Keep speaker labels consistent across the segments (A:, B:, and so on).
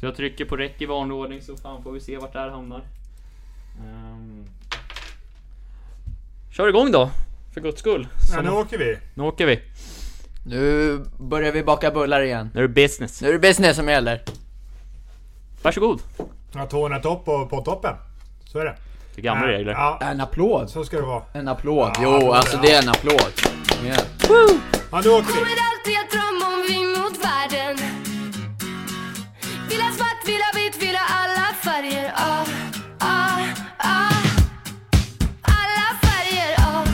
A: Så jag trycker på räck i vanlig ordning så fan får vi se vart det här hamnar. Ehm. Kör igång då! För guds skull.
B: Ja, nu åker vi.
A: Nu åker vi.
C: Nu börjar vi baka bullar igen.
A: Nu är det business.
C: Nu är det business som gäller.
A: Varsågod.
B: Ja, tårna topp och på toppen. Så är det.
A: Det är gamla
B: Ja,
A: regler.
B: Ja,
C: En applåd.
B: så ska det vara.
C: En applåd.
B: Ja,
C: Jo,
B: applåd,
C: alltså
B: ja.
C: det är en applåd. Kom igen.
B: Ja, nu åker vi.
D: Kommer alltid att drömma om vi mot världen Vill ha svart, vill ha vitt, vill ha alla färger ah, ah, ah. Alla färger ah,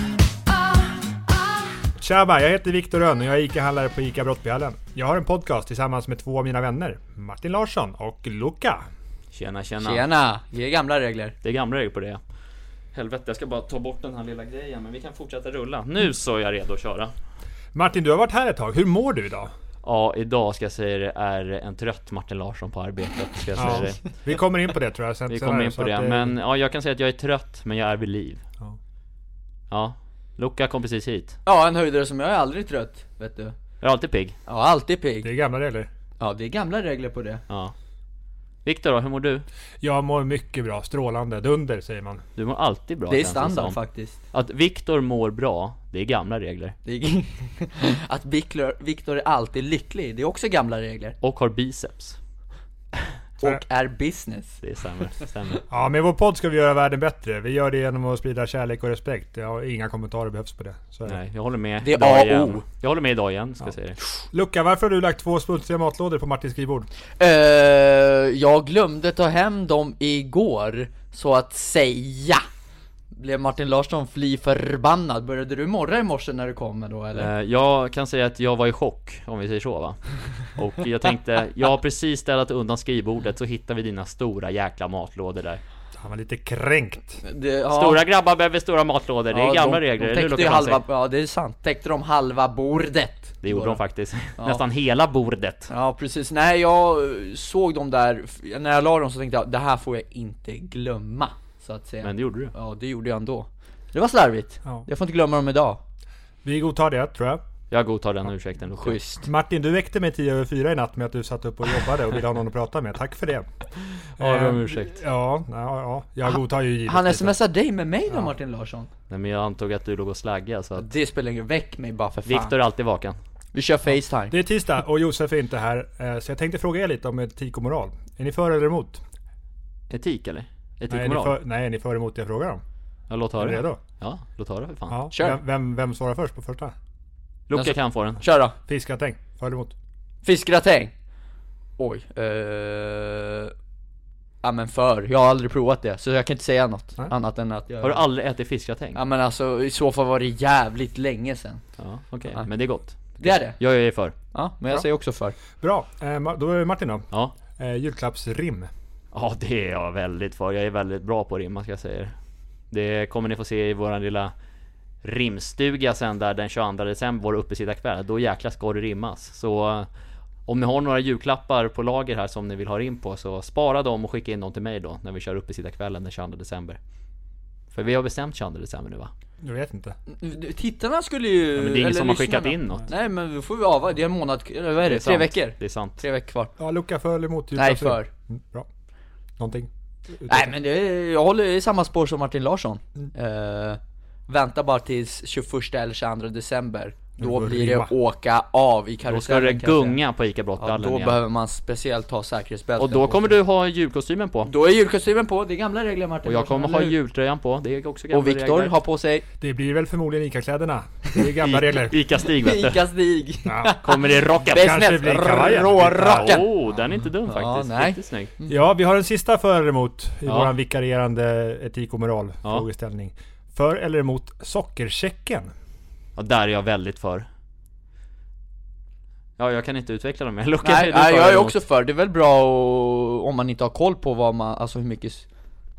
D: ah, ah.
B: Tjaba, jag heter Viktor Rönn och jag är ICA-handlare på ICA Brottbyhallen. Jag har en podcast tillsammans med två av mina vänner. Martin Larsson och Luca.
A: Tjena, tjena.
C: Tjena. Det är gamla regler.
A: Det är gamla regler på det. Helvete, jag ska bara ta bort den här lilla grejen, men vi kan fortsätta rulla. Nu så är jag redo att köra.
B: Martin, du har varit här ett tag. Hur mår du idag?
A: Ja, idag ska jag säga det är en trött Martin Larsson på arbetet. Ska jag säga
B: Ja,
A: det.
B: vi kommer in på det tror jag. Sen,
A: Vi
B: sen
A: kommer
B: här,
A: in
B: så
A: på det,
B: att, eh,
A: men ja, jag kan säga att jag är trött, men jag är vid liv.
B: Ja.
A: Ja. Luca kom precis hit.
C: Ja, en höjdare som jag är aldrig trött. Vet du.
A: Jag är alltid pigg.
C: Ja, alltid
B: Det
C: pigg.
B: är gamla regler.
C: Ja, det är gamla regler på det.
A: Ja. Viktor då, hur mår du?
B: Jag mår mycket bra. Strålande. Dunder säger man.
A: Du mår alltid bra
C: Det är
A: känns
C: standard
A: som.
C: faktiskt.
A: Att Viktor mår bra, det är gamla regler.
C: Det är... Att Victor- Victor är alltid lycklig, det är också gamla regler.
A: Och har biceps.
C: Och är business.
A: Det stämmer, stämmer.
B: Ja, med vår podd ska vi göra världen bättre. Vi gör det genom att sprida kärlek och respekt. Ja, inga kommentarer behövs på det. Så är det.
A: Nej, jag håller med.
C: Det är
A: idag
C: A och O.
A: igen. Jag håller med idag igen, ska jag säga det.
B: Luca, varför har du lagt två smultriga matlådor på Martins skrivbord?
C: Eh, jag glömde ta hem dem igår, så att säga. Blev Martin Larsson fly förbannad? Började du morra i morse när du kom då eller?
A: Eh, Jag kan säga att jag var i chock, om vi säger så va? Och jag tänkte, jag har precis ställt undan skrivbordet så hittar vi dina stora jäkla matlådor där
B: Han var lite kränkt.
C: Det, ja,
A: Stora grabbar behöver stora matlådor, det är
C: ja,
A: gamla
C: de,
A: regler,
C: De
A: eller hur
C: täckte ju
A: Lukas
C: halva,
A: Hansson?
C: ja det är sant, täckte de halva bordet.
A: Det gjorde
C: Då.
A: de faktiskt, nästan hela bordet
C: Ja precis, nej jag eh, såg dem där, f- när jag la dem så tänkte jag det här får jag inte glömma, så att säga.
A: Men det gjorde du
C: Ja, det gjorde jag ändå. Det var slarvigt.
B: Ja.
C: Jag får inte glömma dem idag.
B: Vi godtar det, tror jag.
A: Jag godtar den ursäkten Lukas
C: Schysst.
B: Martin, du väckte mig tio över fyra i natt med att du satt upp och jobbade och ville ha någon att prata med. Tack för det.
A: Ja, jag ber om
B: Eh,
A: ursäkt.
B: Ja, ja, ja. Jag godtar ju givetvis.
C: Han smsar dig med mig då Martin Larsson?
A: Nej men jag antog att du låg och slaggade så att
C: Det spelar ingen väck mig bara för fan.
A: Viktor är alltid vaken
C: Vi kör Facetime.
B: Det är tisdag och Josef är inte här, eh, så jag tänkte fråga er lite om etik och moral. Är ni för eller emot?
A: Etik eller? Etik
B: Nej,
A: och
B: är ni
A: moral?
B: för, nej, är ni för eller emot det jag frågar om?
A: Ja, låt
B: Är
A: höra
B: ni redo?
A: Ja, låt höra för fan
B: Ja.
C: Kör.
B: Vem, vem, vem svarar först på första?
A: Luca
C: Alltså-
A: kan få den
C: Kör då.
B: Fiskgratäng, för eller emot?
C: Fiskgratäng. Oj. eh, Ja men för, jag har aldrig provat det. Så jag kan inte säga något
B: Nej.
C: annat än att jag...
A: Har du aldrig ätit fiskgratäng?
C: Ja men alltså i så fall var det jävligt länge sen.
A: Ja, okej,
C: Nej.
A: men det är gott
C: Det är det?
A: Jag är för,
C: Ja, men jag säger också för.
B: Bra, eh, Ma- då är det Martin då.
A: ja
B: Eh, julklappsrim.
A: Ja, det är jag väldigt för. Jag är väldigt bra på att rimma ska jag säga er. Det kommer ni få se i våran lilla rimstuga sen där den 22 december, vår uppesittarkväll. Då jäklar ska det rimmas. Så eh, om ni har några julklappar på lager här som ni vill ha rim på så spara dem och skicka in dem till mig då när vi kör uppesittarkvällen den 22 december. För vi har bestämt 22 december nu va?
B: Jag vet inte.
C: Tittarna skulle ju...
A: Ja, men det är ingen
C: eller
A: som har
C: lyssnarna.
A: skickat in något.
C: Nej men då får vi avvakta, det är en månad, eller vad är det? Tre
A: sant.
C: veckor?
A: Det är sant.
C: Tre veckor kvar.
B: Ja, Luca för eller emot
C: Nej
B: julklappsrim?
C: för.
B: Mm, bra. Någonting?
C: Nej men det är, jag håller i samma spår som Martin Larsson Eh, Vänta bara tills 21 eller 22 december Då
B: får
C: blir
B: rimma.
C: det åka av i
A: Då ska det
C: karusellen kan jag säga.
A: gunga på ICA
C: ja,
A: Brottballen
C: Då
A: igen.
C: behöver man speciellt ha säkerhetsbälten
A: Och då
C: på
A: kommer
C: sig.
A: du ha julkostymen på.
C: Då är julkostymen på, det är gamla regler Martin
A: Och jag
C: Larsson,
A: kommer
C: eller
A: ha
C: hur?
A: jultröjan på. Det är också gamla
C: Och Viktor
A: regler.
C: har på sig
B: Det blir väl förmodligen ICA-kläderna. Det är gamla regler.
A: Ica-Stig vet du.
C: Ica-Stig
B: Ja.
A: Kommer i rocken.
C: Bäst
B: Kanske
C: näst,
B: blir kavajen.
C: rårocken!
A: Oh, den är inte dum faktiskt.
C: nej.
A: Riktigt snygg.
B: Ja, vi har en sista för eller emot i
A: Ja.
B: våran vikarierande etik och moral
A: Ja.
B: frågeställning. För eller emot sockerchecken?
A: Ja, där är jag väldigt för. Ja, jag kan inte utveckla dem mer. Luca, är
C: Nej,
A: du
C: nej
A: för
C: jag är
A: eller
C: också för, det är väl bra och, om man inte har koll på vad man, alltså hur mycket s-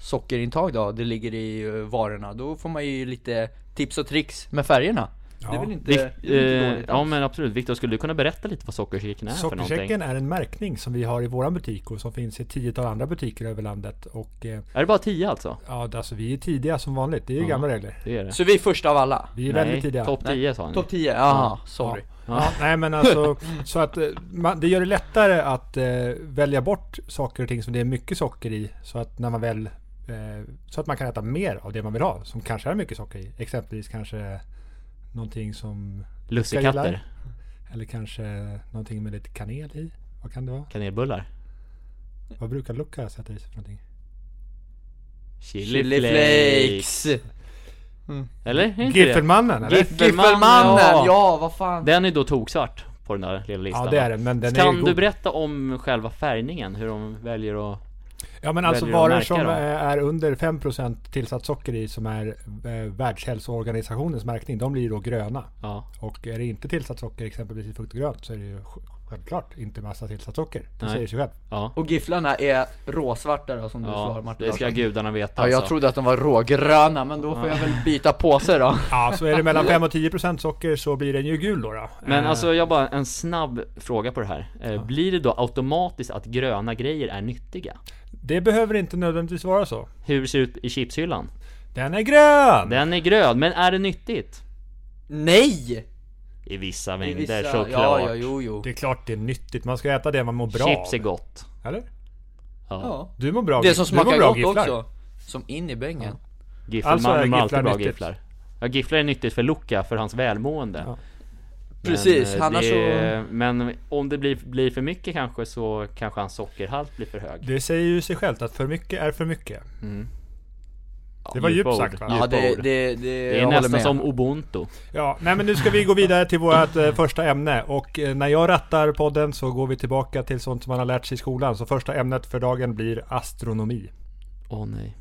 C: sockerintag då det ligger i eh, varorna Då får man ju lite tips och tricks med färgerna
A: emot?
C: Det är
B: Ja.
C: väl inte,
A: Vik-
C: det är inte
A: eh,
C: dåligt
A: ja men absolut, Viktor skulle du kunna berätta lite vad sockerkicken är för någonting?
B: Sockerchecken är en märkning som vi har i våran butik och som finns i ett tiotal andra butiker över landet. Och eh,
A: Är det bara 10 alltså?
B: ja, alltså vi är tidiga som vanligt. Det är ju
A: Ja.
B: gamla regler.
A: Det är det?
C: Så vi är först av alla?
B: Vi är väldigt
A: Nej,
B: tidiga.
A: topp 10 sa han ju.
C: Topp 10? Jaha, sorry
B: Ja, nej men alltså, så att eh, man, det gör det lättare att eh, välja bort saker och ting som det är mycket socker i. Så att när man väl, eh, så att man kan äta mer av det man vill ha, som kanske är mycket socker i. Exempelvis kanske någonting som,
A: Lussekatter,
B: eller kanske någonting med lite kanel i. Vad kan det vara?
A: kanelbullar,
B: Vad brukar Luca sätta i sig för någonting?
A: chili,
C: Chili
A: flakes.
C: flakes!
A: Eller? Är inte det?
B: Giffelmannen eller?
A: Giff-
C: Giffelmannen!
A: ja.
C: Ja. vad fan!
A: Den är då toksvart på den där lilla listan.
B: Ja det är den, men den är
A: kan
B: ju
A: du
B: god.
A: berätta om själva färgningen? Hur de väljer att...
B: Ja men alltså
A: väljer att
B: varor
A: märka
B: som
A: då?
B: eh, är under 5% tillsatt socker i som är eh, Världshälsoorganisationens märkning, de blir ju då gröna.
A: Ja,
B: Och är det inte tillsatt socker exempelvis i frukt och grönt så är det ju sj- självklart inte massa tillsatt socker. Det
A: Nej.
B: säger sig själv.
A: ja,
C: Och gifflarna är råsvarta då som du sa
A: ja
C: Martin
A: det ska
C: Larsson.
A: gudarna veta
C: Ja, jag
A: alltså.
C: trodde att de var rågröna, men då får jag väl byta påse då
B: Ja, så är det mellan 5 och 10 procent socker så blir den ju gul då. då.
A: Men
B: Eh,
A: alltså jag bara, en snabb fråga på det här. Eh, Blir det då automatiskt att gröna grejer är nyttiga?
B: Det behöver inte nödvändigtvis vara så.
A: Hur ser det ut i chipshyllan?
B: Den är grön!
A: Den är grön, men är det nyttigt?
C: Nej!
A: I vissa
C: I
A: mängder
C: vissa-
A: såklart.
C: Ja, ja, jo, jo
B: Det är klart det är nyttigt, man ska äta det man mår bra
A: Chips är
B: av.
A: gott.
B: Eller?
A: Ja.
C: ja.
B: Du mår bra
C: Det som
B: du mår
C: smakar
B: bra,
C: gott
B: Gifflar.
C: också Som in i bängen
A: Gifflar,
B: Alltså är
A: man är
B: gifflar
A: alltid bra
B: nyttigt.
A: gifflar. Ja, gifflar är nyttigt för Luca, för hans välmående.
B: Ja.
A: Men,
C: Precis,
A: eh,
C: annars
A: det, Men om det blir, blir för mycket kanske så kanske hans sockerhalt blir för hög.
B: Det säger ju sig självt att för mycket är för mycket. Det var
A: Mm. djupa
B: djupt
A: ord.
B: sagt va?
A: Djupa
C: Ja, det,
A: ord.
C: det, det,
A: Det
C: jag
A: är
C: håller
A: nästan
C: med.
A: som ubuntu.
B: Ja, nej men nu ska vi gå vidare till vårt eh, första ämne. Och eh, när jag rattar podden så går vi tillbaka till sånt som man har lärt sig i skolan. Så första ämnet för dagen blir astronomi.
A: Åh nej.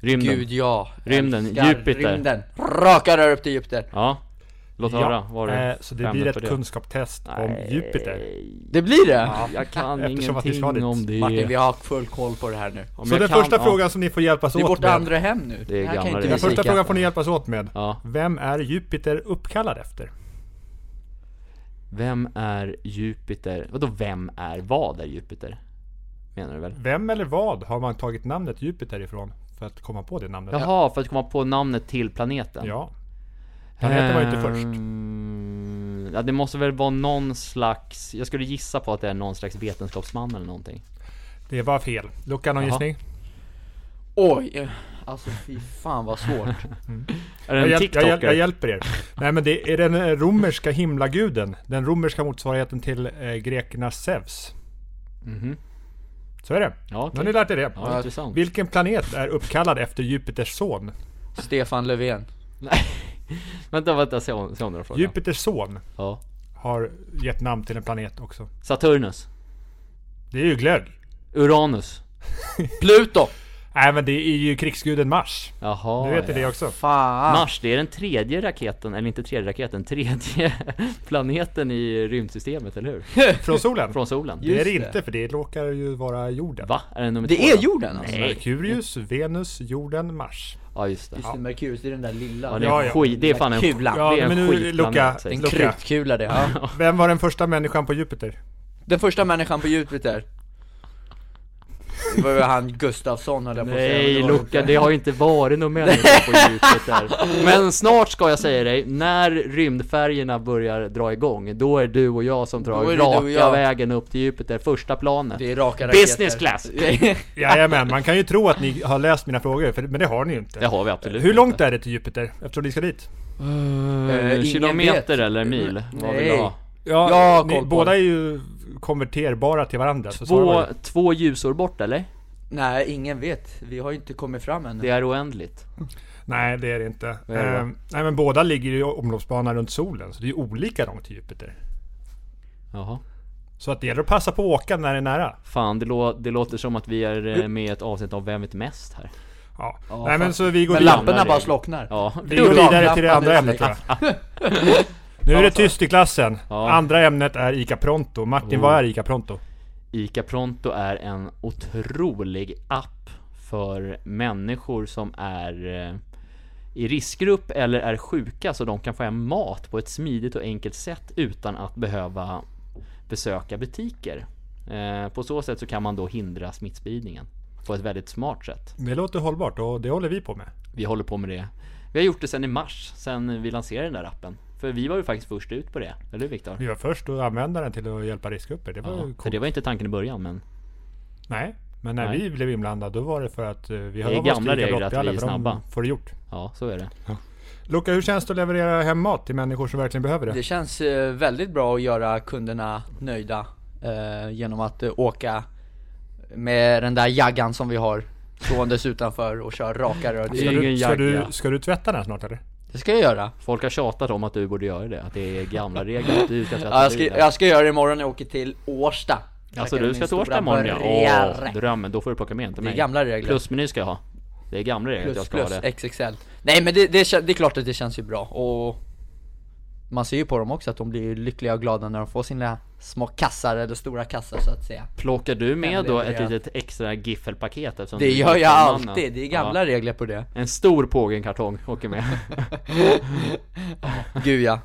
A: Rymden.
C: Gud ja
A: Rymden,
C: Älskar
A: Jupiter.
C: Rymden, raka rör upp till Jupiter
A: Ja. Låt höra. Var det
B: eh, så det
A: främmet
B: blir
A: för
B: ett kunskapstest om Jupiter.
C: Det blir det?
A: Jag kan
B: Eftersom att det är
A: ingenting
B: svaret.
A: om det.
C: Martin vi har full koll på det här nu
A: Om
B: Så
A: jag
B: den
A: kan-
B: första
A: ja.
B: frågan som ni får hjälpas
C: Det är
B: åt
C: vårt
B: med.
C: andra hem nu
A: Det är
C: Här kan
A: gamla
C: inte
A: regler.
C: vi
B: Den första
C: kika.
B: frågan får ni hjälpas åt med.
A: Ja.
B: Vem är Jupiter uppkallad efter?
A: Vem är Jupiter? Vadå vem är vad är Jupiter? Menar du väl?
B: Vem eller vad har man tagit namnet Jupiter ifrån? För att komma på det namnet.
A: Jaha, för att komma på namnet till planeten?
B: Ja. Planeten var ju inte först.
A: Ehm, Ja, det måste väl vara någon slags, jag skulle gissa på att det är någon slags vetenskapsman eller någonting.
B: Det var fel. Luca, någon
A: Jaha.
B: gissning?
C: Oj, eh, alltså fy fan vad svårt
A: Är det en
B: Jag, hjäl- jag,
A: TikToker?
B: hjäl- jag hjälper er. Nej men det är den eh, romerska himlaguden. Den romerska motsvarigheten till eh, grekernas Zeus.
A: Mhm.
B: Så är det.
A: Ja,
B: Nu har
A: okej.
B: ni lärt er det.
A: ja, intressant.
B: Vilken planet är uppkallad efter Jupiters son?
C: Stefan Löfven
A: Vänta, vänta, se om, se om den här frågan.
B: Jupiters son
A: Ja.
B: har gett namn till en planet också.
A: Saturnus.
B: Det är ju glögg.
A: Uranus.
C: Pluto!
B: Nej men det är ju krigsguden Mars.
A: Jaha.
B: Du vet ju
A: ja.
B: det också.
C: Fan!
A: Mars, det är den tredje raketen, eller inte tredje raketen, tredje planeten i rymdsystemet, eller hur?
B: Från solen.
A: Från solen.
B: Det är det
C: Just det.
B: inte för det råkar ju vara jorden.
A: Va? Är den nummer två
C: Det är
A: då?
C: jorden alltså?
A: Nej.
B: Merkurius, Venus, jorden, Mars.
A: Ja just det.
C: Just det, Merkurius, det är den där lilla
A: Ja, det, är
B: Ja,
A: en
B: ja.
A: Skit, det är fan en
C: Kula.
A: skit-
B: Ja,
A: Det är en
B: men nu, Luca,
A: skitplanet.
C: En
A: säkert.
B: Luca.
C: krutkula det, ja.
B: Vem var den första människan på Jupiter?
C: Den första människan på Jupiter Det var ju han Gustafsson höll jag på att säga
A: Nej
C: men det var
A: Luca,
C: inte.
A: det har ju inte varit någon människa på Jupiter. Men snart ska jag säga dig, när rymdfärjorna börjar dra igång, då är du och jag som drar
C: Då är det du och
A: raka
C: jag.
A: vägen upp till Jupiter, första planet.
C: Det är raka raketer
A: Business class!
B: Jajamän, man kan ju tro att ni har läst mina frågor, för, men det har ni ju inte.
A: Det har vi absolut
B: Hur långt
A: inte.
B: är det till Jupiter? Eftersom ni ska dit?
C: Eh, ingen
A: Kilometer
C: vet.
A: eller mil? Vad vill du
C: Nej.
A: ha?
B: Ja,
C: Jag har koll
B: ni,
C: på
B: båda
C: det.
B: är ju konverterbara till varandra. Så svarar
A: Två,
B: man ju.
A: två ljusår bort eller?
C: Nej, ingen vet. Vi har ju inte kommit fram än.
A: Det är oändligt.
B: Nej, det är det inte.
A: Vad är det då?
B: Ehm, nej, men båda ligger ju i omloppsbana runt solen, så det är ju olika långt till Jupiter.
A: Jaha.
B: Så att det gäller att passa på att åka när det är nära.
A: Fan, det, lå- det låter som att vi är eh, med i ett avsnitt av Vem vet mest här?
B: Ja.
C: Ja,
B: nej, men
C: fan.
B: så vi går
C: Men
B: vidare.
C: lamporna
A: det.
C: bara slocknar.
A: Ja,
B: Vi går vidare till det andra ämnet tror jag. Nu är det tyst i klassen.
A: Ja.
B: Andra ämnet är ICA Pronto. Martin,
A: Oh.
B: vad är ICA Pronto?
A: ICA Pronto är en otrolig app för människor som är eh, i riskgrupp eller är sjuka så de kan få hem mat på ett smidigt och enkelt sätt utan att behöva besöka butiker. Eh, På så sätt så kan man då hindra smittspridningen på ett väldigt smart sätt.
B: Det låter hållbart och det håller vi på med.
A: Vi håller på med det. Vi har gjort det sedan i mars, sen vi lanserade den där appen. För vi var ju faktiskt först ut på det, eller hur Viktor?
B: Vi var först att använda den till att hjälpa riskgrupper. Det var
A: Ja,
B: ju
A: för
B: coolt.
A: det var inte tanken i början men
B: Nej, men när
A: Nej.
B: vi blev inblandade då var det för att eh, vi har
A: är
B: av oss
A: gamla
B: lika
A: regler att
B: lottjalla,
A: vi är
B: för de
A: snabba.
B: får det gjort.
A: ja, så är det.
B: Luca, hur känns det att leverera hem mat till människor som verkligen behöver det?
C: Det känns eh, väldigt bra att göra kunderna nöjda eh, genom att eh, åka med den där jaggan som vi har ståendes utanför och köra raka rör.
A: Det är
B: Ska
C: till-
A: ju
B: du,
A: ingen
B: ska, du,
A: jagga.
B: ska du tvätta den här snart eller?
C: Det ska jag göra.
A: Folk har tjatat om att du borde göra det, att det är gamla regler att du ska tvätta
C: Ja, jag, ska,
A: bilen.
C: jag ska göra det imorgon när jag åker till Årsta.
A: Alltså
C: Käkar
A: du
C: min
A: ska till
C: stora
A: Årsta imorgon ja.
C: burgare.
A: Åh, drömmen. Då får du plocka med en till
C: Det
A: mig.
C: är gamla regler.
A: Plusmeny ska jag ha. Det är gamla regler att jag
C: plus,
A: ska
C: plus,
A: ha det.
C: XXL. Nej men det, det, kän- det är klart att det känns ju bra och man ser ju på dem också att de blir ju lyckliga och glada när de får sina små kassar eller stora kassar så att säga.
A: Plockar du med
C: Hemliga
A: då ett
C: regler.
A: litet extra giffelpaket? eftersom
C: Det
A: du är
C: gör jag
A: giffelmannen?
C: alltid, det är gamla
A: Ja.
C: regler på det.
A: En stor pågenkartong åker med.
C: Gud ja.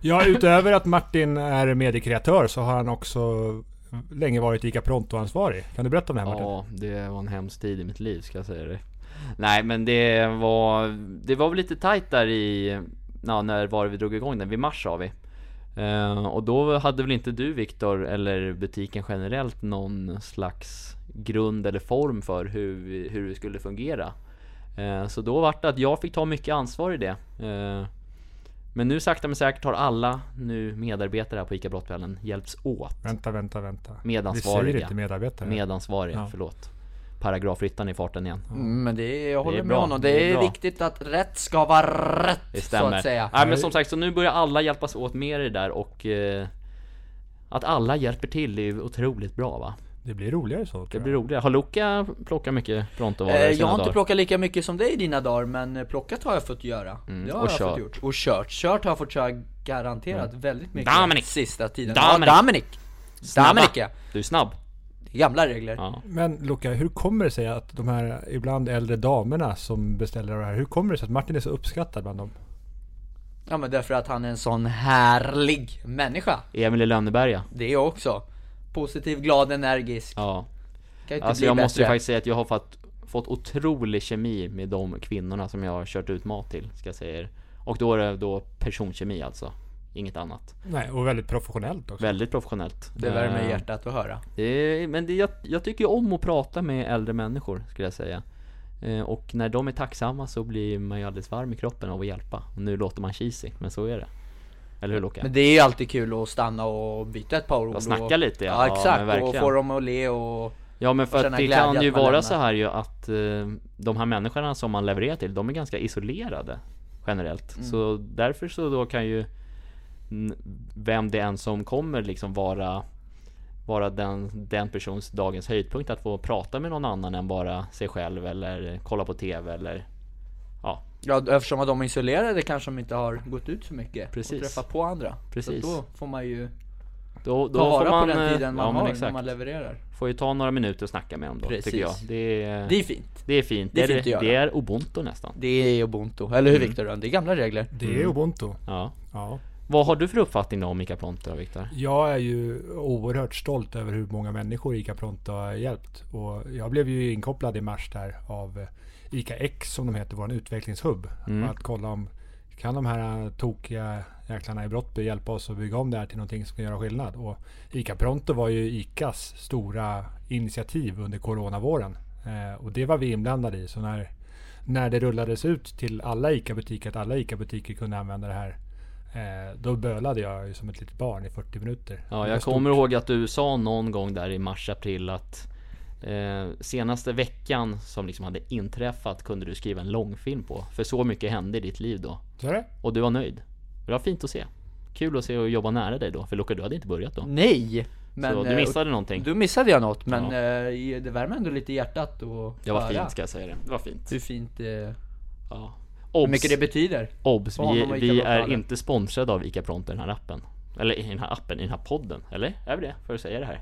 B: Ja, utöver att Martin är mediekreatör så har han också länge varit ICA Pronto-ansvarig. Kan du berätta om det här Martin?
A: Ja, det var en hemsk tid i mitt liv ska jag säga det. Nej men det var, det var väl lite tajt där i, ja, när var det vi drog igång den? Vid mars sa vi. Eh, och då hade väl inte du Viktor, eller butiken generellt, någon slags grund eller form för hur, vi- hur det skulle fungera. Eh, så då vart det att jag fick ta mycket ansvar i det. Eh, men nu sakta men säkert har alla nu medarbetare här på ICA Brottbällen hjälpts åt.
B: Vänta, vänta, vänta. Vi
A: Medansvariga.
B: säger inte medarbetare.
A: Medansvariga,
B: Ja.
A: förlåt. Paragrafryttaren i farten igen.
C: Mm, Men det är, jag håller med
A: bra,
C: honom, det,
A: det är
C: är
A: bra.
C: viktigt att rätt ska vara rätt
A: Det
C: så
A: stämmer.
C: att säga.
A: Nej, men som sagt, så nu börjar alla hjälpas åt med det där och eh, att alla hjälper till är ju otroligt bra va?
B: det blir roligare så
A: Det
B: tror
A: blir
B: jag.
A: roligare. Har Luca plockat mycket
C: Eh,
A: Prontovaror
C: Jag
A: sina
C: har inte
A: dagar?
C: plockat lika mycket som dig i dina dagar men eh, plockat har jag fått göra. Det har
A: Mm. och
C: jag
A: kört. Mm.
C: fått gjort. Och kört. Kört har jag fått köra garanterat väldigt mycket.
A: Dominic!
C: Sista tiden.
A: Dominic!
C: Ja, Dominic!
A: Snabba.
C: Dominic ja.
A: Du är snabb.
C: Gamla regler.
A: Ja.
B: Men Luca, hur kommer det sig att de här ibland äldre damerna som beställer det här, hur kommer det sig att Martin är så uppskattad bland dem?
C: Ja men därför att han är en sån härlig människa.
A: Emil i Lönneberga.
C: Det är jag också. Positiv, glad, energisk.
A: Ja.
C: Kan ju inte
A: Alltså
C: bli
A: jag
C: bättre.
A: måste ju faktiskt säga att jag har fått, fått otrolig kemi med de kvinnorna som jag har kört ut mat till, ska jag säga er. Och då är det då personkemi alltså. Inget annat.
B: Nej, och väldigt professionellt också.
A: Väldigt professionellt.
C: Det värmer
A: Eh,
C: hjärtat att höra.
A: Det är, men det, jag, jag tycker ju om att prata med äldre människor, skulle jag säga. Eh, och när de är tacksamma så blir man ju alldeles varm i kroppen av att hjälpa. Och nu låter man cheesy, men så är det. Eller hur Loka?
C: Men det är ju alltid kul att stanna och byta ett par ord.
A: Och snacka lite, ja. Ja,
C: ja.
A: men
C: exakt. och
A: verkligen.
C: få dem att le och...
A: Ja men för
C: Och
A: att
C: känna
A: det
C: glädje
A: kan
C: att
A: ju
C: man
A: vara
C: lämnar.
A: så här ju att eh, de här människorna som man levererar till, de är ganska isolerade generellt.
C: Mm.
A: Så därför så då kan ju n- vem det än som kommer liksom vara vara den, den persons dagens höjdpunkt att få prata med någon annan än bara sig själv eller kolla på TV eller ja,
C: Ja, eftersom att de är isolerade kanske de inte har gått ut så mycket
A: Precis.
C: och träffat på andra.
A: Precis.
C: Så då får man ju
A: då, då får
C: ta vara
A: man,
C: på den
A: eh,
C: tiden man
A: ja, men
C: har när
A: exakt.
C: man levererar.
A: Får ju ta några minuter och snacka med dem då,
C: Precis.
A: tycker jag. Det är,
C: Det är fint.
A: det är fint.
C: det är
A: Det är,
C: fint att göra.
A: det är ubuntu nästan.
C: Det är ubuntu, eller
A: Mm.
C: hur Viktor? Det är gamla regler.
B: Det är ubuntu.
A: Ja.
B: Ja.
A: Vad har du för uppfattning då om Mika Ponte och Viktor?
B: Jag är ju oerhört stolt över hur många människor ICA Pronto har hjälpt. Och jag blev ju inkopplad i mars där av eh, ICA X som de heter, vår utvecklingshubb. Att kolla om kan de här eh, tokiga jäklarna i Brottby hjälpa oss att bygga om det här till någonting som kan göra skillnad. Och ICA Pronto var ju ICAs stora initiativ under coronavåren. Eh, Och det var vi inblandade i. Så när, när det rullades ut till alla ICA-butiker, att alla ICA-butiker kunde använda det här Eh, då bölade jag ju som ett litet barn i 40 minuter.
A: Ja,
B: Det
A: jag
B: var
A: kommer
B: stort.
A: ihåg att du sa någon gång där i mars-april att eh, senaste veckan som liksom hade inträffat kunde du skriva en långfilm på. För så mycket hände i ditt liv då.
B: Så är det?
A: Och du var nöjd. Det var fint att se. Kul att se och jobba nära dig då. För Luca, du hade inte börjat då.
C: Nej! Men,
A: så du
C: eh,
A: missade någonting.
C: Då missade jag något, men eh, det värmer ändå lite i hjärtat och
A: Det var fint ska jag säga det. Det var fint.
C: Hur fint, eh,
A: Ja.
C: hur mycket det
A: Obs!
C: betyder.
A: Obs!
C: Vad har
A: Vi,
C: man med
A: vi
C: Ica
A: är
C: Pronto?
A: inte sponsrade av ICA Pronto i den här appen. Eller i den här appen, i den här podden. Eller? Är vi det? Får jag säga det här?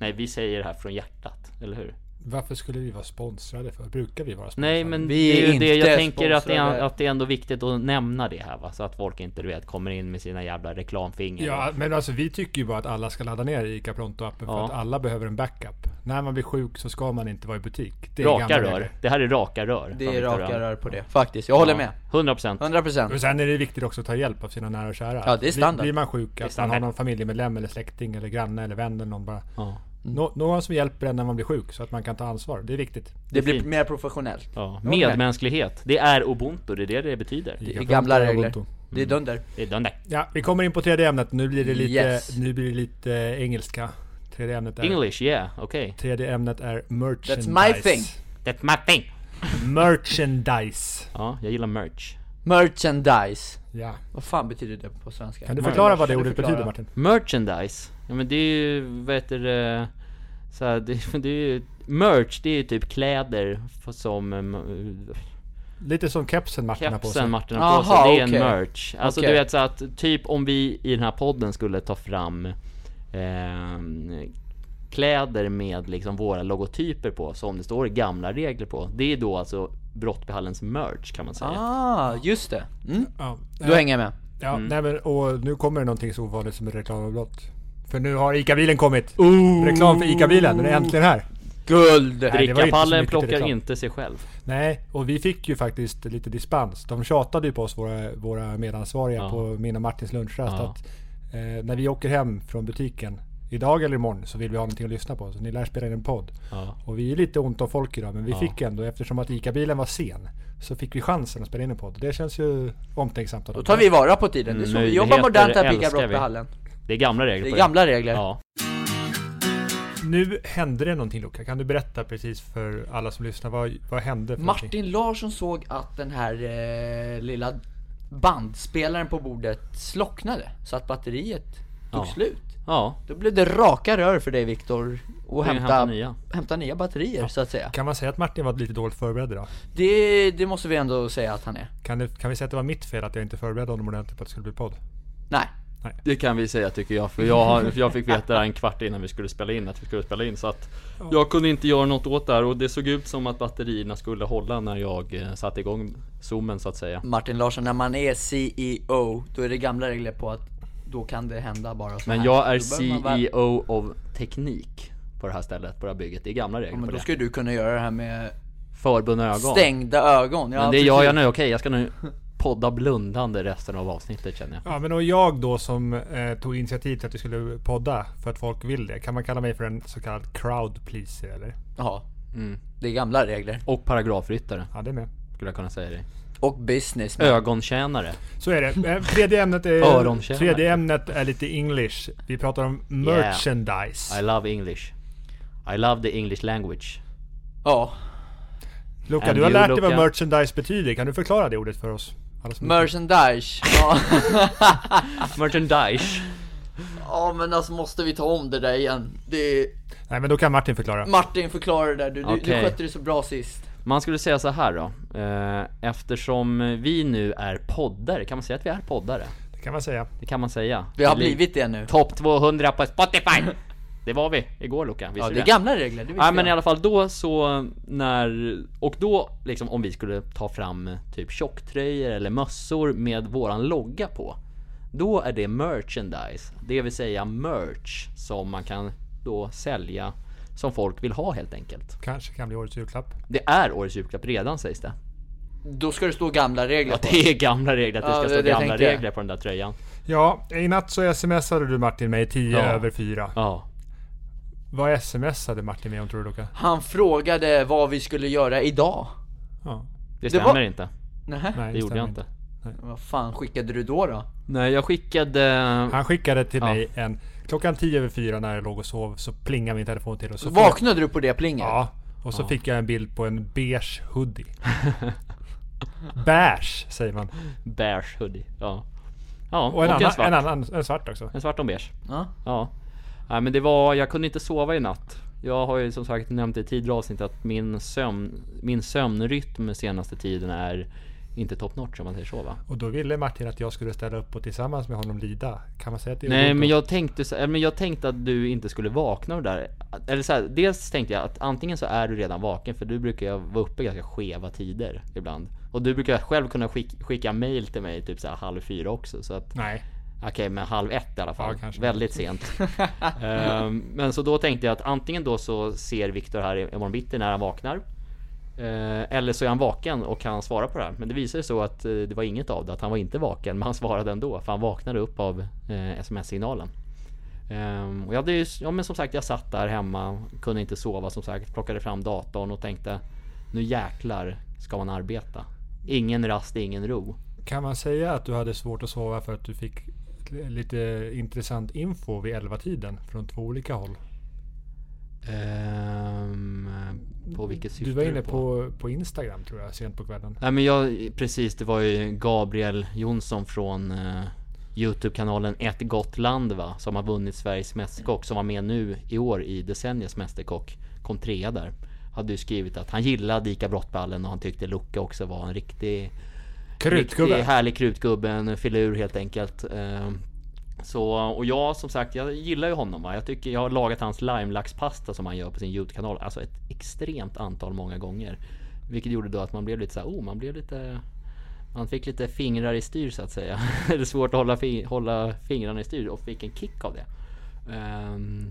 A: Nej, vi säger det här från hjärtat. Eller hur?
B: Varför skulle vi vara sponsrade för? Brukar vi vara sponsrade?
A: Nej men
C: Alltså, Vi
A: det
C: är
A: är ju det jag
C: inte
A: tänker att det, är,
C: sponsrade.
A: att det är ändå viktigt att nämna det här va? Så att folk inte du vet kommer in med sina jävla reklamfingrar.
B: Ja, men alltså vi tycker ju bara att alla ska ladda ner ICA Pronto-appen för
A: Ja.
B: att alla behöver en backup. När man blir sjuk så ska man inte vara i butik. Det är gamla
A: raka rör.
B: regler.
A: Det här är raka rör.
C: Det
A: från
C: är
A: Viktor
C: raka
A: Rönn.
C: rör på det, faktiskt. Jag håller med.
A: Ja, 100%.
C: 100%.
B: Och sen är det viktigt också att ta hjälp av sina nära och kära.
C: Ja, det är standard.
B: Blir, blir man sjuk, att man
A: standard.
B: har någon familjemedlem eller släkting eller granne eller vän eller någon bara.
A: Ja.
C: Mm.
B: Nå- någon som hjälper en när man blir sjuk så att man kan ta ansvar. Det är viktigt.
C: Det blir
A: fint.
C: mer professionellt.
A: Ja.
C: Jag håller med.
A: Medmänsklighet. Det är ubuntu, det är det det betyder.
C: Det är
B: Ica
C: gamla
B: Pronto och
C: regler.
B: Ubuntu.
A: Mm.
C: Det är dunder.
A: Det är den där.
B: Ja, vi kommer in på tredje ämnet. Nu blir det lite,
C: Yes.
B: nu blir det lite engelska. Tredje ämnet är...
A: English, yeah, okej.
B: Tredje ämnet är merchandise.
C: my thing.
A: That's my thing!
B: Merchandise.
A: Ja, jag gillar merch.
C: Merchandise.
B: Ja.
C: Vad fan betyder det på svenska?
B: Kan du förklara vad det
C: Kan du
B: ordet
C: förklara?
B: betyder Martin?
A: Merchandise? Ja men det är ju, vad heter det? Så här, det, det är ju, merch det är ju typ kläder för- som mm,
B: Lite som kepsen Martin har på sig.
A: kepsen Martin har på sig,
C: Aha,
A: det är
C: okej.
A: en merch. Alltså
C: Okej.
A: du vet så att typ om vi i den här podden skulle ta fram ehm, kläder med liksom våra logotyper på, som det står i gamla regler på. Det är då alltså Brottbyhallens merch kan man säga.
C: Ah, just det. Mm.
B: Ja,
C: Då hänger jag med.
B: ja nej, men, och nu kommer det någonting så ovanligt som ett reklamavbrott. För nu har ICA-bilen kommit. Reklam för ICA-bilen, den är äntligen här.
C: Guld!
B: Nej, det var ju inte så
A: Drickapallen
B: mycket
A: plockar
B: reklam.
A: inte sig själv.
B: Nej, och vi fick ju faktiskt lite dispens. De tjatade ju på oss, våra, våra medansvariga,
A: Ja.
B: på min och Martins lunchrast.
A: Ja.
B: Att, eh, när vi åker hem från butiken, idag eller imorgon, så vill vi ha någonting att lyssna på. Så ni lär spela in en podd.
A: Ja.
B: Och vi är lite ont om folk idag, men vi fick ändå, eftersom att ICA-bilen var sen, så fick vi chansen att spela in en podd. Det känns ju omtänksamt. av
C: Då
B: dem.
C: tar vi vara på tiden. Det är så vi jobbar
A: Möjligheter
C: modernt här på Ica
A: älskar vi.
C: Brottbyhallen.
A: Det är gamla regler
C: Det
A: på
C: är gamla regler.
A: Ja.
B: Nu hände det någonting Luca, kan du berätta precis för alla som lyssnar, vad, vad hände? För någonting?
C: Martin Larsson såg att den här eh, lilla bandspelaren på bordet slocknade. Så att batteriet tog
A: Ja.
C: slut.
A: ja.
C: Då blev det raka rör för dig Viktor. Och
A: Det är
C: hämta,
A: hämta nya.
C: hämta nya batterier så att säga.
B: Kan man säga att Martin var lite dåligt förberedd idag?
C: Det, det måste vi ändå säga att han är.
B: Kan, det, kan vi säga att det var mitt fel att jag inte förberedde honom ordentligt på att det skulle bli podd?
C: Nej.
A: Det kan vi säga tycker jag, för jag, har- jag fick veta det här en kvart innan vi skulle spela in att vi skulle spela in så att Jag kunde inte göra något åt det här och det såg ut som att batterierna skulle hålla när jag eh, satte igång zoomen så att säga
C: Martin Larsson, när man är CEO, då är det gamla regler på att då kan det hända bara så
A: Men
C: här.
A: jag är E
C: Då behöver man vara-
A: CEO of teknik på det här stället, på det här bygget, det är gamla
C: Ja,
A: regler
C: men
A: på
C: då
A: det
C: ska du kunna göra det här med
A: Förbundna ögon
C: stängda ögon. Ja,
A: Men det gör
C: precis.
A: jag nu, okej jag ska nu podda blundande resten av avsnittet känner jag
B: Ja men och jag då som eh, tog initiativ till att vi skulle podda för att folk vill det. Kan man kalla mig för en så kallad crowd pleaser eller?
C: Ja.
A: Mm.
C: Det är gamla regler.
A: Och paragrafryttare,
B: Ja det med.
A: skulle jag kunna säga dig
C: Och business.
A: Ögontjänare
B: Så är det. Eh, Tredje ämnet är,
A: Örontjänare.
B: tredje ämnet är lite English. Vi pratar om merchandise.
A: I love English I love the English language
C: Ja.
B: Luca,
A: And
B: du har
A: you,
B: lärt dig vad
A: Luca.
B: merchandise betyder. Kan du förklara det ordet för oss? Alla som-
C: Merchandise. Ja.
A: Merchandise
C: ja men alltså måste vi ta om det där igen. Det
B: Nej, men då kan Martin förklara.
A: Mm.
C: Martin förklarar det där, du, du, du
A: Okej.
C: skötte det så bra sist.
A: Man skulle säga så här då, eh, eftersom vi nu är poddare, kan man säga att vi är poddare?
B: Det kan man säga.
A: Det kan man säga.
C: Vi har
A: Li-
C: blivit det nu.
A: Topp 200 på Spotify! Det var vi igår Luka, visste
C: Ja,
A: du
C: det är gamla regler, det visste
A: Ja men i
C: jag.
A: alla fall då så när, och då liksom om vi skulle ta fram typ tjocktröjor eller mössor med våran logga på. Då är det merchandise, det vill säga merch som man kan då sälja som folk vill ha helt enkelt.
B: Kanske kan bli årets julklapp.
A: Det är årets julklapp redan sägs det.
C: Då ska det stå gamla regler
A: Ja,
C: på.
A: det är gamla regler att det
C: Ja,
A: ska
C: det-
A: stå
C: det
A: gamla
C: tänkte jag.
A: regler på den där tröjan.
B: Ja, i natt så smsade du Martin mig 10
A: Ja.
B: över 4.
A: Ja.
B: Vad smsade Martin mig om tror du Luca?
C: Han frågade vad vi skulle göra idag.
B: Ja.
A: Det
C: Det
A: stämmer
C: var-
A: inte.
C: Nej.
B: Nej,
A: Det gjorde
B: stämmer
A: jag inte.
C: Vad fan skickade du då då?
A: Nej, jag skickade...
B: Han skickade till
A: Ja.
B: mig en... Klockan 10 över 4 när jag låg och sov så plingade min telefon till och så... fick-
C: Vaknade du på det plinget?
B: Ja. Och så fick jag en bild på en beige hoodie. beige säger man.
A: Beige hoodie. Ja. Ja,
B: Och en, annan,
A: svart.
B: en annan, en svart också.
A: En svart och beige.
C: Ja.
A: Ja. Nej men det var, jag kunde inte sova i natt. Jag har ju som sagt nämnt i tidigare avsnitt att min sömn, min sömnrytm senaste tiden är inte top notch om man säger så va?
B: Och då ville Martin att jag skulle ställa upp och tillsammans med honom lida. Kan man säga att det är
A: Nej
B: orimligt?
A: men jag tänkte så, äh, men jag tänkte att du inte skulle vakna av det där. Eller så här, dels tänkte jag att antingen så är du redan vaken för du brukar ju vara uppe ganska skeva tider ibland. Och du brukar själv kunna skick, skicka mail till mig typ så här halv fyra också så att
B: Nej.
A: Okej, men halv ett i alla fall.
B: Ja, kanske.
A: Väldigt sent. Ehm, men så då tänkte jag att antingen då så ser Viktor här i- imorgon bitti när han vaknar. Eh, eller så är han vaken och kan svara på det här. Men det visade sig så att eh, det var inget av det, att han var inte vaken. Men han svarade ändå, för han vaknade upp av eh, sms-signalen. Ehm, och jag hade ju, ja men som sagt, jag satt där hemma, kunde inte sova som sagt, plockade fram datorn och tänkte nu jäklar ska man arbeta. Ingen rast, ingen ro.
B: Kan man säga att du hade svårt att sova för att du fick lite intressant info vid 11-tiden från två olika håll?
A: Ehm, på vilket syfte
B: Du var inne på, på Instagram tror jag, sent på kvällen.
A: Nej men jag, precis det var ju Gabriel Jonsson från eh, Youtube-kanalen Ett gott land va? Som har vunnit Sveriges Mästerkock, som var med nu i år i decenniets Mästerkock. Kom trea där. Hade ju skrivit att han gillade Dika Brottballen och han tyckte Luca också var en riktig
B: Krutgubbe!
A: Riktig härlig krutgubbe, en filur helt enkelt. Ehm, Så, och jag som sagt, jag gillar ju honom va. Jag tycker, jag har lagat hans limelaxpasta som han gör på sin Youtube-kanal. Alltså ett extremt antal många gånger. Vilket gjorde då att man blev lite så här, oh man blev lite... Man fick lite fingrar i styr så att säga. det är svårt att hålla, fi- hålla fingrarna i styr och fick en kick av det. Ehm,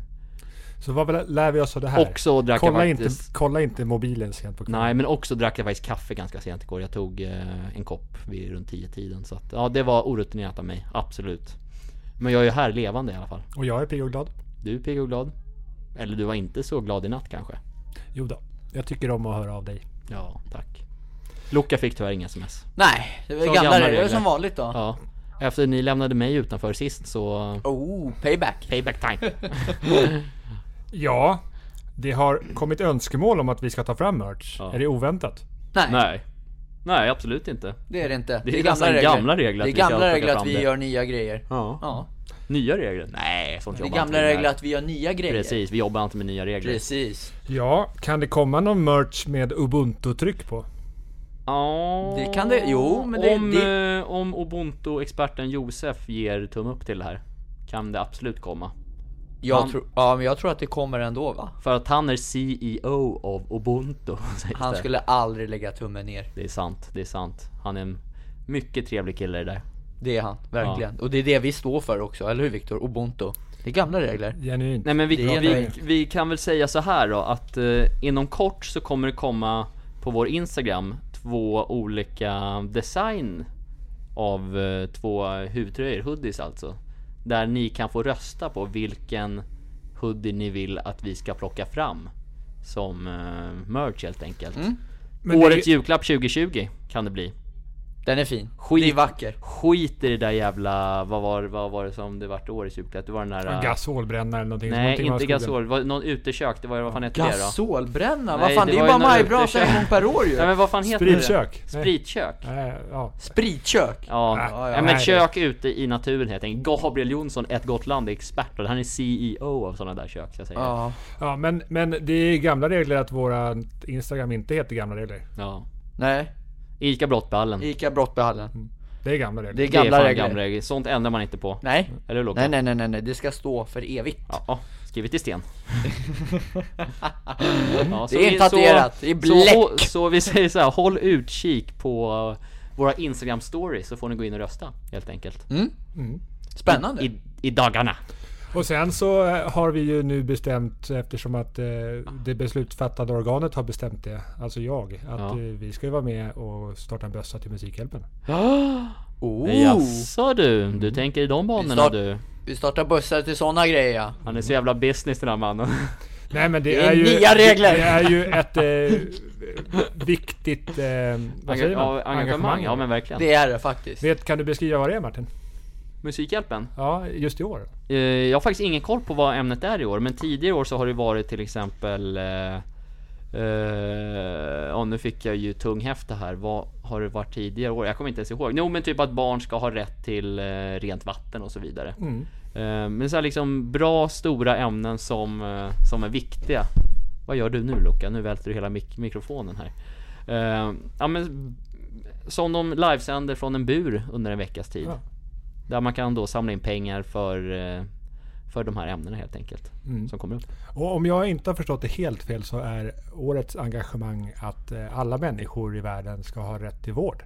B: Så vad väl- lär vi oss av det här?
A: Också drack jag
B: kolla, inte,
A: faktiskt-
B: kolla inte mobilen sent på kvällen.
A: Nej, men också drack jag faktiskt kaffe ganska sent igår. Jag tog eh, en kopp vid runt 10-tiden. Så att, ja, det var orutinerat av mig. Absolut. Men jag är ju här levande i alla fall.
B: Och jag är pigg och glad.
A: Du är pigg och glad. Eller du var inte så glad i natt kanske?
B: Jo då, jag tycker om att höra av dig.
A: Ja, tack. Luca fick tyvärr inga sms.
C: Nej, det var
A: Som
C: gamla,
A: gamla
C: regler. Det var
A: regler.
C: som vanligt då.
A: Ja. Efter ni lämnade mig utanför sist så...
C: Oh, payback.
A: Payback time!
B: Ja, det har kommit önskemål om att vi ska ta fram merch.
A: Ja.
B: Är det oväntat?
C: Nej,
A: Nej. Nej, absolut inte.
C: det är det inte.
A: är nästan gamla regler
C: Det är
A: att vi kan
C: gamla
A: plocka
C: regler att
A: fram
C: vi
A: det.
C: gör nya grejer.
A: Ja.
C: Ja.
A: Nya regler? Nej, sånt
C: Det är
A: jobbar inte
C: gamla
A: vi med.
C: regler att vi gör nya grejer.
A: Precis, vi jobbar inte med nya regler.
C: Precis.
B: Ja, kan det komma någon merch med Ubuntu-tryck på?
A: Ja,
C: Det kan det- jo, men det-
A: om,
C: det-
A: eh, om Ubuntu-experten Josef ger tumme upp till det här kan det absolut komma.
C: Jag
A: Han-
C: tror, ja men jag tror att det kommer ändå va?
A: För att han är CEO av Ubuntu, sägs
C: Han
A: det.
C: skulle aldrig lägga tummen ner.
A: Det är sant, det är sant. Han är en mycket trevlig kille det där.
C: Det är han, verkligen. Och det är det vi står för också, eller hur Viktor? Ubuntu. Det är gamla regler.
B: Genuint.
A: Nej men vi,
C: Det är
A: vi,
C: nöjd.
A: vi kan väl säga så här då att eh, inom kort så kommer det komma på vår Instagram två olika design av eh, två huvudtröjor, hoodies alltså. Där ni kan få rösta på vilken hoodie ni vill att vi ska plocka fram som eh, merch helt enkelt.
B: Mm. Men det är-
A: Årets julklapp 2020 kan det bli.
C: Den är fin.
A: Skit-
C: Det är vacker.
A: Skit i det där jävla, vad var, vad var det som det vart årets julklapp? Det var den här... eh,
B: Gasolbrännare eller någonting. som
A: Nej,
B: någonting man
A: inte
B: skulle-
A: gasol. Det var någon utekök. Det var vad fan hette det då?
C: Gasolbränna? Vad
A: Nej,
C: fan,
A: det
C: det, är
A: var
C: bara
A: ju när du
C: majbrasa
A: försöker-
C: en gång per år ju.
A: Nej men vad fan heter
B: Spritkök.
A: det?
B: Nej.
A: Spritkök.
B: Nej, ja.
C: Spritkök.
A: Ja,
B: Nej.
A: ja, men
B: Nej.
A: kök ute i naturen heter den. Gabriel Jonsson, ett gott land, är expert och han är CEO av sådana där kök. Så jag säger. Ja.
C: Ja.
B: ja men, men det är gamla regler att våra Instagram inte heter gamla regler.
C: Nej.
A: Ica Brottballen. Det är
C: Ica Brottbyhallen.
B: Det är gamla regler.
C: Mm. Det
A: gamla
C: är gamla
A: fan
C: regler.
A: regler. gamla regler. Sånt ändrar man inte på.
C: Nej.
A: Eller hur Lotta?
C: Nej, nej, nej, nej, nej, det ska stå för evigt.
A: Ja, skrivet i sten. Ja, så
C: Det är
A: vi-
C: tatuerat, det är
A: Så,
C: bläck.
A: så vi säger så här, håll utkik på våra Instagram stories så får ni gå in och rösta helt enkelt.
C: Mm. Spännande.
A: I, I dagarna.
B: Och sen så eh, har vi ju nu bestämt, eftersom att eh, det beslutsfattande organet har bestämt det, alltså jag, att
A: Ja.
B: eh, vi ska ju vara med och starta en bössa till Musikhjälpen.
C: oh.
A: Jaså du, du tänker i de banorna
C: Start-
A: du?
C: Vi startar bussar till såna grejer ja.
A: Han är så jävla business den här mannen.
B: Nej men det,
C: Det är
B: ju...
C: nya regler.
B: Det, det är ju ett eh, viktigt... Eh, vad säger man?
A: Ja, engagemang, ja men verkligen.
C: Det är det faktiskt.
B: Vet, kan du beskriva vad det är Martin?
A: Musikhjälpen?
B: Ja, just i år.
A: Eh, Jag har faktiskt ingen koll på vad ämnet är i år, men tidigare år så har det varit till exempel... Eh, eh, ja, nu fick jag ju tung häfta här. Vad har det varit tidigare år? Jag kommer inte ens ihåg. Jo, men typ att barn ska ha rätt till eh, rent vatten och så vidare.
B: Mm.
A: Eh, men så här liksom bra, stora ämnen som, eh, som är viktiga. Vad gör du nu Luca? Nu välter du hela mik- mikrofonen här. Eh, ja, men som de livesänder från en bur under en veckas tid.
B: Ja.
A: Där man kan då samla in pengar för, eh, för de här ämnena helt enkelt.
B: Mm.
A: Som kommer upp.
B: Och om jag inte har förstått det helt fel så är årets engagemang att eh, alla människor i världen ska ha rätt till vård.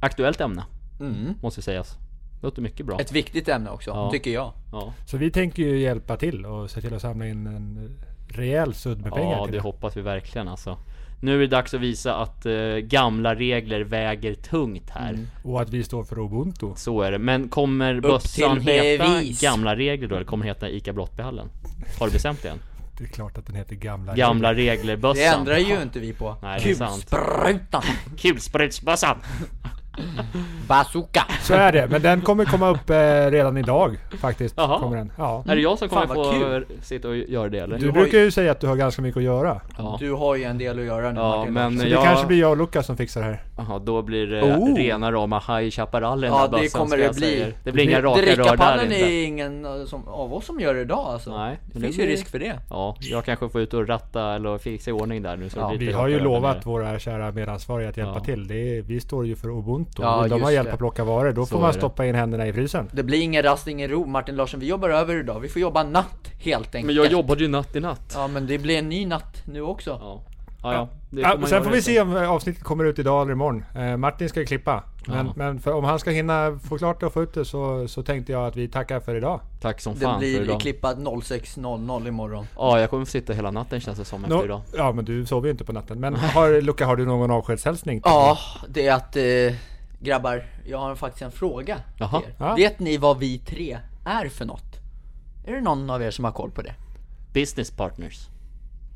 A: Aktuellt ämne,
C: Mm.
A: måste sägas. Låter mycket bra.
C: Ett viktigt ämne också,
A: Ja.
C: tycker jag.
A: Ja,
B: Så vi tänker ju hjälpa till och se till att samla in en rejäl sudd med pengar
A: ja
B: till
A: det hoppas vi verkligen alltså. Nu är det dags att visa att eh, gamla regler väger tungt här.
B: Och att vi står för ubuntu.
A: Så är det. Men kommer bössan
C: till
A: heta
C: bevis.
A: gamla regler då? Eller kommer den heta ICA Brottbyhallen? Har du bestämt det än?
B: Det är klart att den heter Gamla
A: Gamla regler-bössan.
C: Det ändrar ju inte vi på.
A: Nej, det är sant.
C: Kulsprutan!
A: Kulsprutsbössan!
C: Bazooka!
B: Så är det, men den kommer komma upp eh, redan idag faktiskt.
A: Jaha.
B: Kommer den. Ja.
A: Är det jag som kommer
C: Fan, vad
A: få sitta och göra det eller?
B: Du,
C: Du har ju-
B: brukar ju säga att du har ganska mycket att göra.
A: Ja,
C: Du har ju en del att göra nu
A: ja
C: Martin.
A: men
B: Så det
A: jag...
B: kanske blir jag och Lukas som fixar det här.
A: Jaha, då blir det
C: Oh.
A: rena rama High Chaparral i den
C: Ja,
A: här
C: det
A: bössan,
C: kommer
A: ska
C: det
A: jag
C: bli.
A: säga. Det blir inga raka rör där
C: Drickapallen
A: inte.
C: är ingen eh, som, av oss som gör det idag alltså.
A: Nej,
C: Det
A: men
C: finns
A: det
C: ju
A: blir-
C: risk för det.
A: Ja, jag kanske får ut och ratta eller fixa i ordning där nu så
C: Ja,
A: det blir
B: Vi
A: lite
B: har ju
A: raka rör där
B: lovat
A: nere.
B: våra kära medansvariga att hjälpa
A: Ja.
B: till. Det är, vi står ju för ubuntu.
C: Ja,
B: Vill de ha
C: just
B: hjälp
C: det.
B: att plocka varor, då
A: Så
B: får man
A: är det.
B: stoppa in händerna i frysen.
C: Det blir ingen rast, ingen ro. Martin Larsson, vi jobbar över idag. Vi får jobba natt helt enkelt.
A: Men jag jobbade ju natt i natt.
C: Ja men det blir en ny natt nu också.
A: Ja, ja, ja det
B: Ja,
A: man
B: sen
A: göra
B: får vi
A: helt
B: se om eh, avsnittet kommer ut idag eller imorgon. Eh, Martin ska ju klippa. Men,
A: Ja.
B: men för, om han ska hinna få klart det och få ut det så, så tänkte jag att vi tackar för idag.
A: Tack som
C: Det
A: fan för
C: blir
A: idag.
C: klippat 06.00 imorgon.
A: Ja, jag kommer få sitta hela natten känns det som efter idag.
B: Nå, ja men du sover ju inte på natten. Men har, Luca, har du någon avskedshälsning? till-
C: Ja, det är att eh, grabbar, jag har faktiskt en fråga till
A: Jaha.
C: er.
B: Ja.
C: Vet ni vad vi tre är för något? Är det någon av er som har koll på det?
A: Business partners.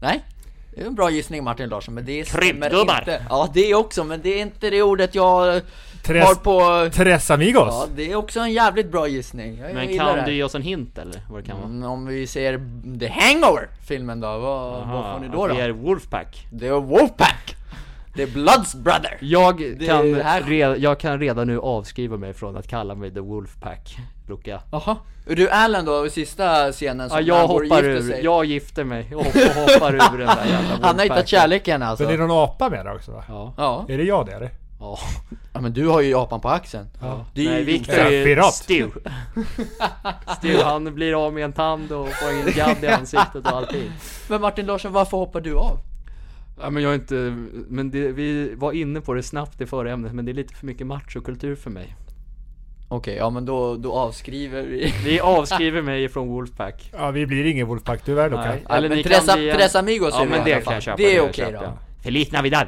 C: Nej? Det är en bra gissning Martin Larsson, men det stämmer
A: Kryddgubbar.
C: inte. Ja, det också, men det är inte det ordet jag eh,
B: Tres-
C: har på...
B: Tres
C: Ja,
B: amigos!
C: det är också en jävligt bra gissning. Jag
A: Men
C: gillar
A: kan
C: det.
A: du ge oss en hint eller vad det kan vara?
C: Mm, Om vi ser The Hangover filmen då, vad, vad
A: Aha,
C: får ni då? då?
A: Det Ah, är Wolfpack.
C: Det är Wolfpack! The Bloods Brother!
A: Jag kan,
C: det här-
A: re- jag kan redan nu avskriva mig från att kalla mig The Wolfpack, Luca.
C: Jaha. Du Alan då, i sista scenen som
A: Ja, jag
C: Namor
A: hoppar
C: gifter
A: ur,
C: sig.
A: jag gifter mig och hopp- hoppar ur den där jävla
C: Han har
A: Wolfpacken.
C: hittat kärleken alltså.
B: Men det är någon apa med där också va?
A: Ja,
C: Ja.
B: Är det jag det eller?
A: ja.
C: ja, men du har ju apan på axeln. Det är
A: Nej,
C: ju
A: Victor
B: Ja,
A: är ju
B: pirat.
A: Stu. Stu, han blir av med en tand och får en gadd i ansiktet och allting.
C: Men Martin Larsson, varför hoppar du av?
A: Ja, men jag är inte, men det, vi var inne på det snabbt i förra ämnet, men det är lite för mycket machokultur för mig.
C: Okej, ja men då, då avskriver vi.
A: Vi avskriver mig från Wolfpack.
B: Ja, vi blir ingen Wolfpack tyvärr Luca.
A: Nej.
C: Eller men Tres,
A: bli en-
C: Tres Amigos
A: Ja
C: är vi
A: men
C: i
A: det
C: alla
A: kan
C: fall.
A: jag köpa.
C: Det är
A: kan jag
C: okej
A: köpa.
C: då.
A: Feliz Navidad!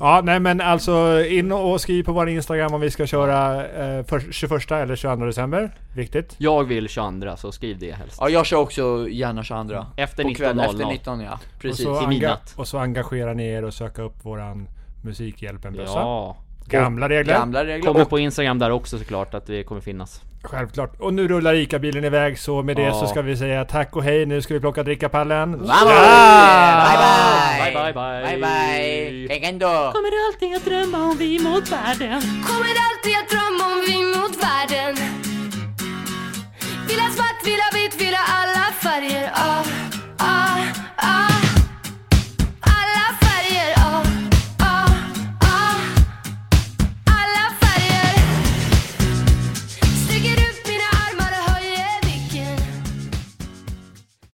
B: Ja, nej men alltså in och skriv på vår Instagram om vi ska köra eh, för 21 eller 22 december. Viktigt.
A: Jag vill 22 så skriv det helst.
C: Ja, jag kör också gärna 22.
A: Efter
C: på kväll,
A: 19.00.
C: efter 19 ja. Precis.
B: och, så
A: till midnatt.
B: och så engagerar ni er och söka upp våran Musikhjälpen-bössa.
A: Ja.
B: Gamla regler.
C: Gamla regler.
A: Kommer
C: Och,
A: på Instagram där också såklart att vi kommer finnas.
B: Självklart. Och nu rullar ICA-bilen iväg så med det
A: Ja.
B: så ska vi säga tack och hej. Nu ska vi plocka drickapallen.
C: Vamos!
A: Ah! Ja. Bye,
C: Bye bye!
A: bye, bye.
C: Bye bye! Hej ändå!
D: Kommer alltid att drömma om vi mot världen Kommer alltid att drömma Ah, ah,